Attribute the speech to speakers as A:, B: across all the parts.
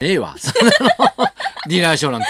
A: ねえわ、 そんなのディナーショーなんて。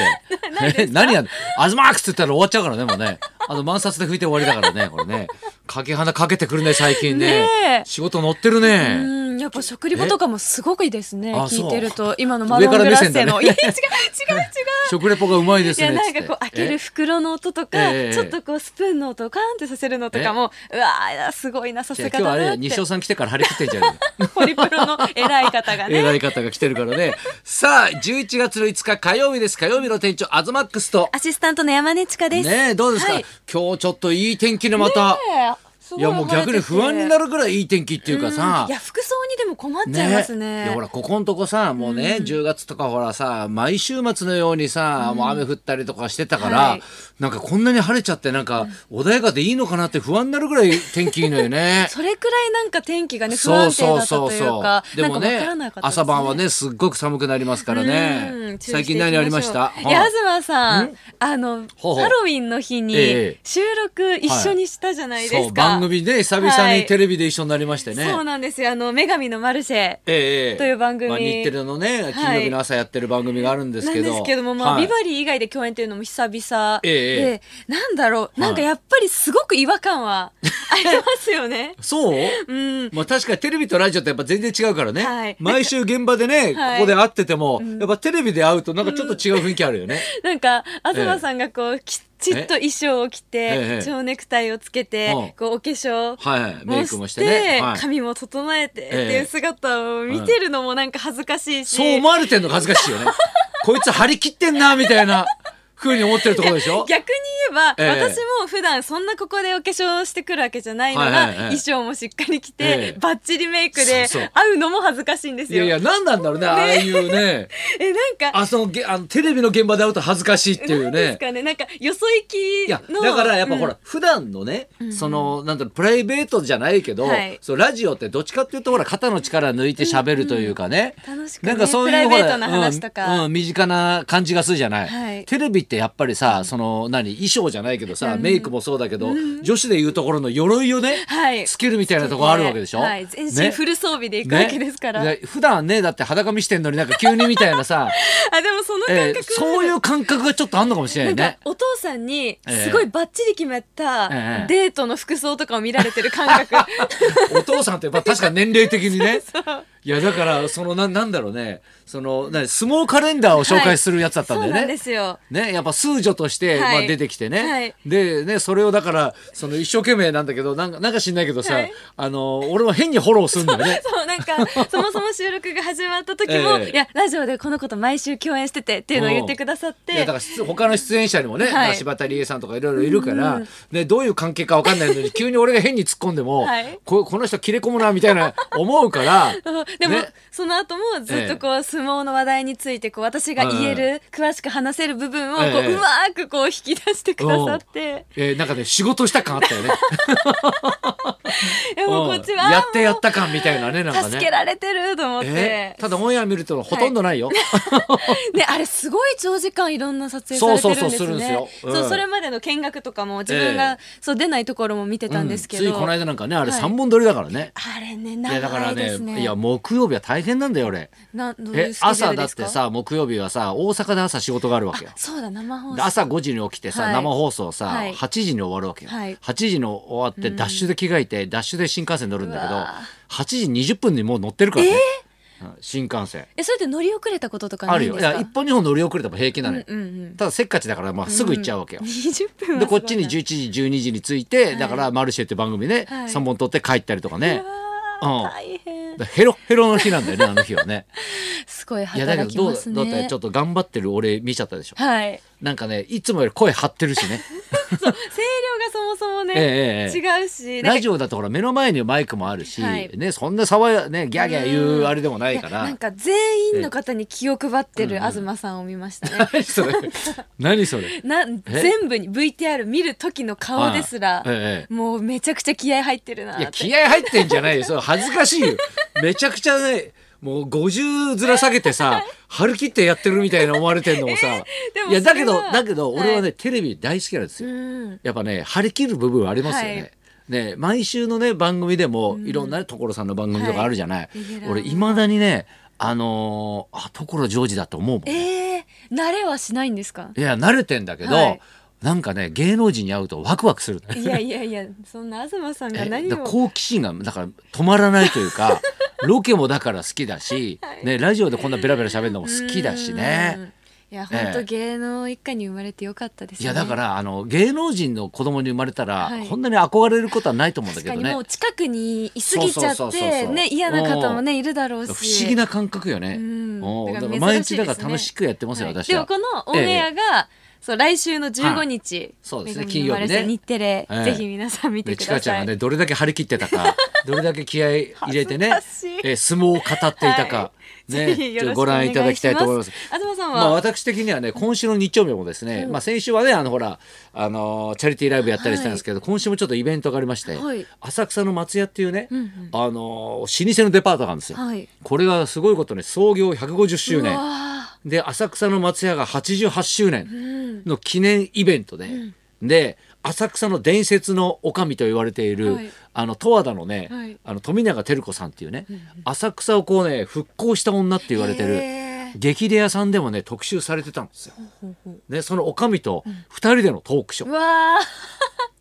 A: え何やんのアズマックスって言ったら終わっちゃうからね、もうね。あの、満札で拭いて終わりだからね、これね。かけ花かけてくるね、最近ね。
B: ねえ
A: 仕事乗ってる
B: う
A: ね。
B: ん、やっぱ食リポとかもすごくいいですね。
A: あ
B: 聞いて ると、今の
A: そう
B: マロングラッセ
A: 上から
B: の。
A: 目線だね
B: いや、違う、違う、違う。
A: 食レポがうまいで
B: い
A: すね。
B: や、なん
A: つっ
B: か
A: て
B: こう、開ける
A: え
B: 袋の音と
A: ええ
B: か、ちょっとこう、スプーンの音をカーンってさせるのとかも、うわー、すごいな、さ
A: じゃあ
B: す
A: 今日は
B: が
A: あ
B: だ
A: れだ
B: な
A: よ、
B: って。
A: 西尾さん来てから張り切ってん じゃん。
B: ホリプロの偉い方がね。
A: 偉い方が来てるからね。さあ、11月の5日火曜日です。火曜日の店長、アズマックスと。
B: アシスタントの山根千佳です。
A: ねえ、どうですか、
B: はい
A: 今日ちょっといい天気でまた。
B: ねえすご
A: いや、もう逆に不安にな
B: る
A: るぐらいいい天気っていうかさ。
B: いや、服装にでも困っちゃいますね。
A: でほらここんとこさもうね、10月とかほらさ毎週末のようにさ、もう雨降ったりとかしてたから、
B: はい。
A: なんかこんなに晴れちゃってなんか穏やかでいいのかなって不安になるぐらい天気いいのよね
B: それくらいなんか天気がね、不安定だったというか、
A: でも
B: なんかわ
A: ね
B: からなかったです
A: 朝晩はねすっごく寒くなりますから
B: う
A: ね
B: ん注意
A: 最
B: して
A: 近
B: いきしょう
A: 何ありました
B: いや
A: はい
B: 東さ
A: ん
B: ん、あの
A: ほうほう
B: ハロウィンの日
A: ええ
B: に収録一緒にしたじゃないで
A: そ
B: す
A: う
B: か。
A: 番組で久々
B: は
A: に
B: い
A: テレビで一緒になりましてね、
B: そうなんですよ。あの女神のマルシェ。
A: ええええ
B: という番組
A: まあ、日テレのね金曜日の朝やってる番組があるんです
B: なん
A: けど、
B: ですけども、まあ、
A: はい
B: ビバリー以外で共演っていうのも久々
A: えええ
B: で、なんだろう、なんかやっぱりすごく違和 感はありますよね。
A: そう
B: うん。
A: まあ確かにテレビとラジオってやっぱ全然違うからね、
B: はい
A: 毎週現場でね、
B: はい
A: ここで会ってても、やっぱテレビで会うとなんかちょっと違う雰囲気あるよね、
B: なんか、東さんがこう、きちっと衣装を着
A: ええ
B: て、蝶ネクタイをつけて
A: うん、
B: こう、お化粧
A: はいメイクも
B: も
A: し
B: してて、
A: ね、はい、
B: 髪も整えてっていう姿を見てるのもなんか恥ずかしいし、
A: そう思われてんのが恥ずかしい よねこいつ張り切ってんなみたいなふうに思ってるところでしょ
B: 逆に言えば、
A: ええ
B: 私も普段そんなここでお化粧してくるわけじゃないのが、
A: はいはいはい
B: 衣装もしっかり着て、
A: ええ
B: バッチリメイクで
A: そうそう
B: 会うのも恥ずかしいんです
A: いや
B: よ。
A: いや何なんだろうねああいうね
B: えなんか
A: あそのげあのテレビの現場で会うと恥ずかしいっていう
B: なん です
A: ね
B: かねなんかよそ行
A: い
B: き
A: や
B: の
A: だからやっぱ
B: うん
A: ほら、普段のね、そのなんだろうプライベートじゃないけど、
B: はい
A: そうラジオってどっちかっていうとほら肩の力抜いて喋るというかね、
B: 楽しく、ね、
A: なんかそういう
B: プライベー
A: ほら
B: トな話と
A: うん
B: か、
A: うん身近な感じがするじゃない、
B: はい
A: テレビってやっぱりさその何衣装じゃないけどさ、メイクもそうだけど、女子でいうところの鎧をね、
B: はい
A: つけるみたいなところあるわけでしょ、
B: はい、全
A: ね
B: 身フル装備で行くわけですから、
A: ねで普段ねだって裸見してんのになんか急にみたいなさ、
B: あでもその 感覚は、
A: えーそういう感覚がちょっとあんのかもしれな
B: ないんか
A: ね。
B: お父さんに
A: ええ
B: すごいバッチリ決め
A: ええ
B: たデートの服装とかを見られてる感覚
A: お父さんってまあ確か年齢的にね
B: そう
A: いやだからそのななんだろうねそのな相撲カレンダーを 紹介するやつだったんだ
B: そう
A: よね。
B: なんですよ。
A: ね、やっぱ数女として、
B: はい
A: まあ、出てきてね、
B: はい
A: でねそれをだからその一生懸命なんだけどなんかなんか知んないけどさ、
B: はい
A: あの俺も変にフォローするんだよ ね。
B: そうなんか そもそも収録が始まった時も、
A: ええ
B: いやラジオでこの子と毎週共演しててっていうのを言ってくださっ
A: いや
B: て
A: だから出他の出演者にもね、
B: はい
A: まあ柴田理恵さんとかいろいろいるから、ね、どういう関係かわかんないのに急に俺が変に突っ込んでも、
B: はい
A: ここの人切れ込むなみたいな思う から
B: そうでも、
A: ね
B: その後もずっとこう、相撲の話題についてこう私が言える、詳しく話せる部分をこう,、
A: ええ
B: うまーくこう引き出してくださって、
A: えーなんかね仕事した感あったよね
B: でもこっちは、
A: うんや
B: あ
A: ってやった感みたいなねなんかね。
B: 助けられてると思って、
A: えーただオンエア見るとほとんどないよ。
B: ね、あれすごい長時間いろんな撮影されてるんですね。
A: そうそうそうするんですようん
B: そうそれまでの見学とかも自分が、
A: え
B: そう出ないところも見てたんですけど。
A: うんついこの間なんかねあれ
B: はい
A: 3本撮りだからね。
B: あれね
A: いやだか
B: 長
A: ら
B: いですね。
A: ねいや木曜日は大変なんだよ俺
B: などうい
A: え
B: うスケジュー
A: 朝
B: ル
A: だ
B: で
A: っ
B: すか
A: てさ木曜日はさ大阪で朝仕事があるわけよ
B: あそうだ生放
A: で
B: 送。
A: 朝5時に起きてさ、
B: はい
A: 生放送さ、
B: はい
A: 8時に終わるわけよ、
B: はい
A: 8時の終わってダッシュで着替えて、ダッシュで新幹線乗るんだけ
B: う
A: ど
B: わ
A: 8時20分にもう乗ってるからね、うん新幹線
B: えそれで乗り遅れたこととか
A: あ
B: ない
A: る
B: ん
A: よ
B: で
A: い
B: すか。
A: や1本2本乗り遅れても平気なのよ、
B: うんうん。
A: ただせっかちだからまあすぐ行っちゃうわけよ、
B: 二十分はすごい な。
A: でこっちに11時12時に着いて、だから「マルシェ」って番組ね、
B: はい
A: 3本撮って帰ったりとかね
B: うわー
A: うん
B: 大変。
A: だからヘロヘロの日なんだよねあの日は ね
B: すご
A: い
B: い
A: やだけ
B: 働
A: ど
B: き
A: どう
B: ます
A: だ
B: ね。
A: ってちょっと頑張ってる俺見ちゃったでしょ
B: はい。
A: なんかねいつもより声張ってるし ね
B: そう声量がそもそもね、
A: ええええ
B: 違うし。なんか
A: ラジオだとほら目の前にマイクもあるし、
B: はい
A: ね、そんな騒やねギャーギャー言うあれでもないか
B: いや
A: ら
B: なんか全員の方に気を配ってる東さんを見ましたね、
A: 何 それ何それ
B: な全部に VTR 見る時の顔ですら、
A: はいええ
B: もうめちゃくちゃ気合入ってるない
A: や
B: って
A: 気合入ってんじゃないよ それ恥ずかしいよめちゃくちゃねもう50ずら下げてさ張り切ってやってるみたいな思われてんのも さ、
B: でも
A: いやだけ
B: そ
A: ど
B: れは
A: だけど俺はね、
B: は
A: テレビ大好きなんですよ、
B: うん
A: やっぱね張り切る部分はありますよね。
B: はい
A: ね、毎週のね番組でもいろんなね所さんの番組とかあるじゃない、
B: レギュラー
A: 俺いまだにねあのーあ所ジョージだと思うもん、ね
B: えー、慣れはしないんですか
A: いや慣れてんだけど、
B: はい
A: なんかね芸能人に会うとワクワクするね
B: いやいやいやそんな東さんが
A: え
B: 何
A: だか
B: を
A: ら好奇心がだから止まらないという かロケもだから好きだし、
B: はい
A: ね、ラジオでこんなベラベラ喋るのも好きだし
B: う
A: ね
B: ん。いや
A: ええ
B: 本当芸能一家に生まれてよかったです
A: い
B: ね
A: やだからあの芸能人の子供に生まれたら、
B: はい
A: こんなに憧れることはないと思うんだけ
B: 確か
A: ど
B: に
A: ね
B: もう近くにいすぎちゃっ
A: そうそうそうそう
B: て
A: そう
B: ね嫌な方もねいるだろうし
A: 不思議な感覚よね。
B: うん
A: おー
B: だ
A: だか
B: か
A: らら
B: 珍
A: 毎
B: し
A: 日
B: いですね
A: だから楽しくやってますよ、
B: はい
A: 私は。
B: でもこのオンエアが、そう来週の15日、
A: そうですね
B: 恵み
A: 金曜日
B: のマ
A: ね
B: ルシェ日テレ、
A: ええ
B: ぜひ皆さん見て
A: で
B: く
A: ち
B: だ
A: かちゃん
B: さい。
A: がねどれだけ張り切ってた かどれだけ気合い入れてね
B: 恥ずかしい
A: えー相撲を語っていたか、
B: はいぜひ
A: ね
B: よ
A: ちょっと
B: ろしく
A: ご
B: お願
A: 覧
B: い
A: いただきたいと思います
B: し。ます東さんは、
A: まあ、私的にはね今週の日曜日もですね、まあ、先週はねあのほら、あのーチャリティーライブやったりしたんですけど、今週もちょっとイベントがありまして、
B: はい
A: 浅草の松屋っていうね、
B: んうん
A: あのー老舗のデパートがあるんですよ。
B: はい
A: これがすごいことね創業150周
B: うわ
A: 年
B: あ
A: で浅草の松屋が88周年
B: うん
A: の記念イベントで、で浅草の伝説の女将と言われている、
B: はい
A: あの十和田のね、
B: はい
A: あの富永照子さんっていうね、浅草をこうね復興した女って言われてる。
B: へえ
A: 激レアさんでもね特集されてたんですよ。
B: ほうほう
A: ねそのおかみと二人でのトークショー。
B: うわあ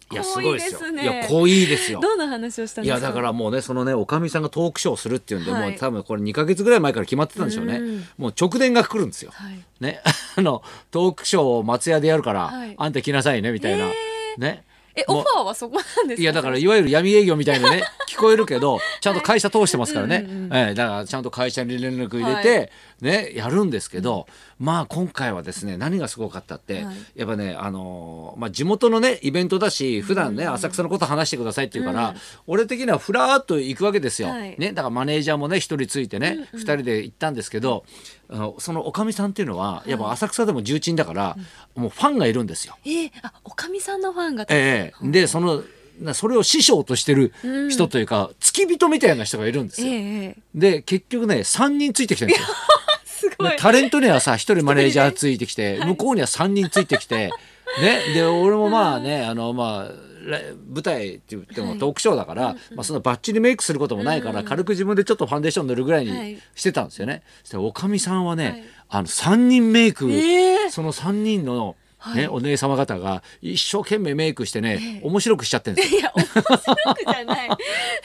A: いやすごいですよ。
B: 濃いですね
A: いや濃いですよ。
B: どんな話をしたん
A: い
B: ですか
A: やだからもうねそのねおかみさんがトークショーをするっていうんで、
B: はい
A: もう多分これ2か月ぐらい前から決まってたんでしょうね。
B: うん
A: もう直伝が来るんですよ。
B: はい
A: ね あのトークショーを松屋でやるから、
B: はい
A: あんた来なさいねみたいな、
B: へ
A: ね。
B: え
A: もう
B: オファーはそこなんですか
A: いやだからいわゆる闇営業みたいな ね聞こえるけどちゃんと会社通してますからね、
B: うんうん
A: ええだからちゃんと会社に連絡入れて、
B: は
A: ねやるんですけど、まあ今回はですね何がすごかったって、
B: はい
A: やっぱねあのーまあ地元のねイベントだし普段ね、浅草のこと話してくださいって言うから、
B: うん
A: 俺的にはふらーっと行くわけですよ、
B: はい
A: ねだからマネージャーもね一人ついてね、二人で行ったんですけどあのそのおかみさんっていうのはやっぱ浅草でも重鎮だから、もうファンがいるんですよ。
B: えーあおかみさんのファンが、
A: ええでそのなそれを師匠としてる人というか、付き人みたいな人がいるんですよ。
B: ええ
A: で結局ね3人ついてきてるんですよ。
B: すごい
A: タレントにはさ1人マネージャーついてきて、向こうには3人ついてきて、ね、で俺もまあね、あのまあら舞台って言って
B: は
A: も
B: い
A: トークショーだから、まあ、そんなバッチリメイクすることもないから、軽く自分でちょっとファンデーション塗るぐらい
B: はい
A: にしてたんですよね。そしたらおかみさんはね、
B: はい
A: あの3人メイク、
B: ええ
A: その3人の、
B: は
A: ね
B: い
A: お姉様方が一生懸命メイクしてね、
B: ええ
A: 面白くしちゃってるんですよ。
B: いや面白くじゃない、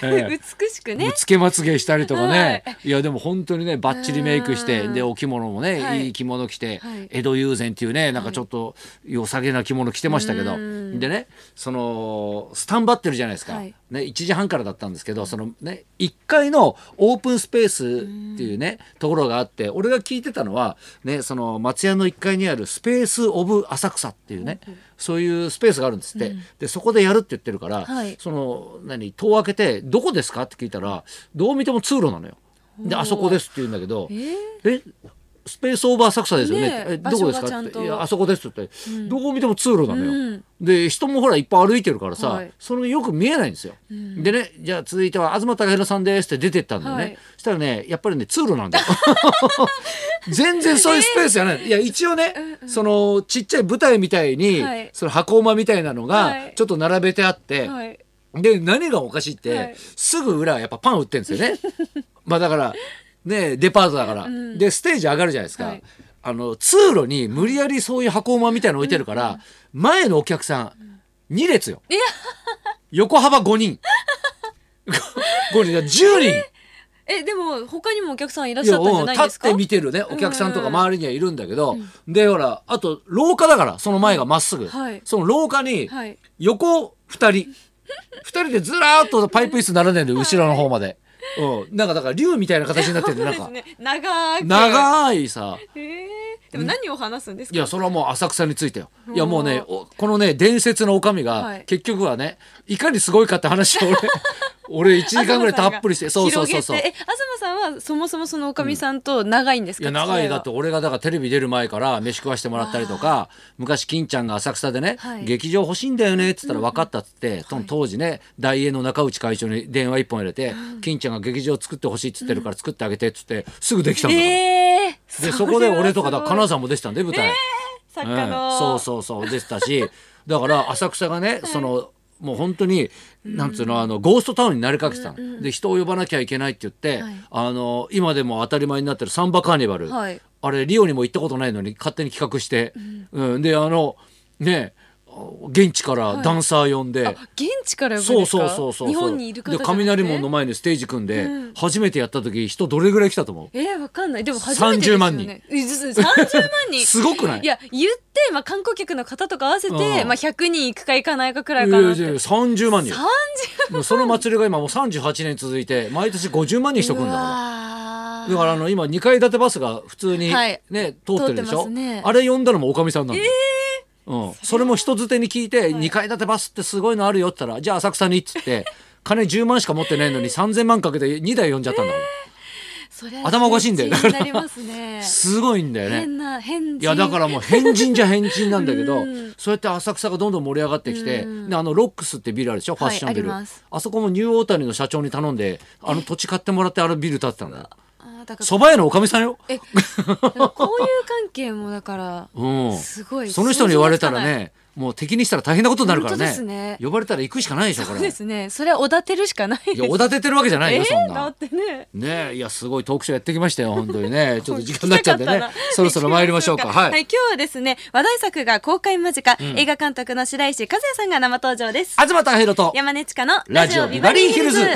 A: ええ
B: 美しくね
A: つけまつげしたりとかね、、
B: はい
A: やでも本当にねバッチリメイクして
B: うん
A: でお着物もね、
B: はい
A: い、い着物着て、
B: はい
A: 江戸友禅っていうねなんかちょっと良さげな着物着てましたけど、
B: うん
A: でねそのスタンバってるじゃないですか、
B: はい
A: ね、1時半からだったんですけどその、ね、1階のオープンスペースっていうねところがあって俺が聞いてたのは、ね、その松屋の1階にあるスペース・オブ・浅草っていうねそういうスペースがあるんですって、でそこでやるって言ってるから、
B: はい
A: その何戸を開けて「どこですか?」って聞いたらどう見ても通路なのよ。で「
B: おー
A: あそこです」って言うんだけど「
B: えー
A: えスペースオーバー浅草ですよね」
B: ねえ
A: えどこです
B: 場所がちゃ
A: か?」
B: ん
A: っ
B: と
A: て「いやあそこです」って言って、どう見ても通路なのよ。
B: うん
A: で人もほらいっぱい歩いてるからさ、
B: はい
A: そのよく見えないんですよ。でね「じゃあ続いては東貴弘さんです」って出てったんだよね。
B: はい
A: したらねやっぱりね通路なん だよ。全然そういうスペースじゃない、いや一応ね、そのちっちゃい舞台みたいに、
B: はい
A: その箱馬みたいなの
B: は
A: が
B: い
A: ちょっと並べてあって、
B: はい
A: で何がおかしいって、
B: はい
A: すぐ裏はやっぱパン売ってるんですよね まあだからねデパートだから、
B: ん
A: でステージ上がるじゃないですか、
B: はい
A: あの通路に無理やりそういう箱馬みたいの置いてるから、前のお客さん2列よ
B: いや
A: 横幅5人 5人だ10人
B: えでも他にもお客さんいらっ
A: い
B: し
A: や
B: ゃったんじ
A: う
B: ゃ
A: ん
B: ないで
A: 立
B: す
A: っ
B: か
A: て見てるねお客さんとか
B: うん
A: 周りにはいるんだけど、でほらあと廊下だからその前がまっすぐ、
B: はい
A: その廊下に
B: はい
A: 横2人2人でずらーっとパイプ椅子並んでるんで後ろの方まで、うん、なんかだから竜みたいな形になってるんでなん
B: そう
A: か
B: ですね長く
A: 長いさ
B: えーでも何を話すんです
A: い
B: か
A: やそれはもう浅草についてよいやもうねおこのね伝説の女将
B: は
A: が
B: い
A: 結局はねいかにすごいかって話を 俺俺1時間ぐらいたっぷりしてそうそうそうそう
B: 広げてえ東さんはそもそもそのおかみさんと長いんです
A: い
B: か、
A: や長いだって俺がだからテレビ出る前から飯食わしてもらったりとか昔金ちゃんが浅草でね、
B: はい
A: 劇場欲しいんだよねって言ったら分かったっつって、その当時ね大栄の中内会長に電話一本入れて、金ちゃんが劇場作ってほしいって言ってるから作ってあげてっつってすぐできたんだから、
B: えー、
A: でそこで俺とかだから金
B: 沢
A: 沢も出てたんで舞台、
B: 作家の、
A: うんそうそうそうでしたしだから浅草がね、そのもう本当に、なんつうのあのゴーストタウンになりかけてたの、で人を呼ばなきゃいけないって言って、
B: はい
A: あの今でも当たり前になってるサンバカーニバル、
B: はい
A: あれリオにも行ったことないのに勝手に企画して、うんであのね現地からダンサー呼んで、
B: あ現地から呼ばれ
A: そ
B: る
A: うそうそうそう
B: 日本にいる方じゃ
A: で
B: なくて
A: 雷門の前にステージ組んで、
B: うん
A: 初めてやった時人どれぐらい来たと思う
B: えー、わかんないでも初めてですよ、
A: 30
B: ね、
A: 万人
B: えず30万 人
A: すごくない
B: いや言って、まあ、観光客の方とか合わせて、
A: うん
B: まあ、100人行くか行かないかくらい
A: い
B: か
A: やいや
B: なっ
A: いや
B: て
A: 30万人
B: 30
A: もうその祭りが今もう38年続いて毎年50万人人来るんだから
B: か
A: だからあの今2階建てバスが普通にね、
B: はい
A: 通ってるでし
B: 通ってま
A: ょ、
B: すね
A: あれ呼んだのもおかみさんなんだよ、うん、それも人づてに聞いて2階建てバスってすごいのあるよって言ったらじゃあ浅草にっつ って金10万しか持ってないのに3000万かけて2台呼んじゃったんだから
B: そりゃ
A: 頭おかしいんだよ
B: 変人になりますね
A: すごいんだよね
B: 変な変人
A: いやだからもう変人じゃ変人なんだけど、
B: うん
A: そうやって浅草がどんどん盛り上がってきて、
B: うん
A: であのロックスってビルあるでしょファッションビル、
B: はいあります
A: あそこもニューオータニの社長に頼んであの土地買ってもらってあのビル建てたんだよ
B: あーだから
A: 蕎麦屋のおかみさんよ、
B: え だからこういう関係もだから
A: うん、
B: すごい
A: その人に言われたら
B: 想像つかない
A: ねもう敵にしたら大変なことになるから
B: 本当
A: ね
B: ですね
A: 呼ばれたら行くしかないでしょこ
B: そう
A: れ
B: ですねそれはおだてるしかないです
A: いやおだててるわけじゃないよ、
B: え
A: そん
B: ー、だ
A: な
B: ってね
A: ねえいやすごいトークショーやってきましたよ本当に ねちょっと時間になっちゃって
B: 聞き
A: ね
B: たかたな
A: そろそろ参りましょうかはい、
B: 今日はですね話題作が公開間近、映画監督の白石和也さんが生登場です
A: 東隆弘と
B: 山根千佳の
A: ラ
B: ラ
A: ジ
B: ジ
A: オ
B: オ
A: ビ
B: ビ
A: バ
B: バ
A: リ
B: リ
A: ー
B: ー
A: ヒ
B: ヒ
A: ル
B: ル
A: ズ
B: ズ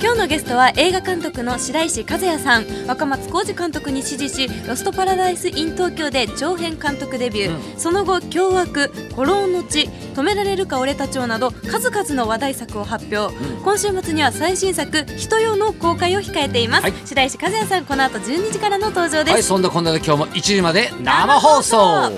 B: 今日のゲストは映画監督の白石和也さん若松浩二監督に師事し「ロストパラダイス・イン東京」で長編監督デビュー、その後「凶悪」「孤狼の血」「止められるか俺たちを」など数々の話題作を発表、今週末には最新作「人よ」の公開を控えています、
A: はい
B: 白石和也さんこの後12時からの登場です、
A: はいそんなこんなで今日も1時まで生放送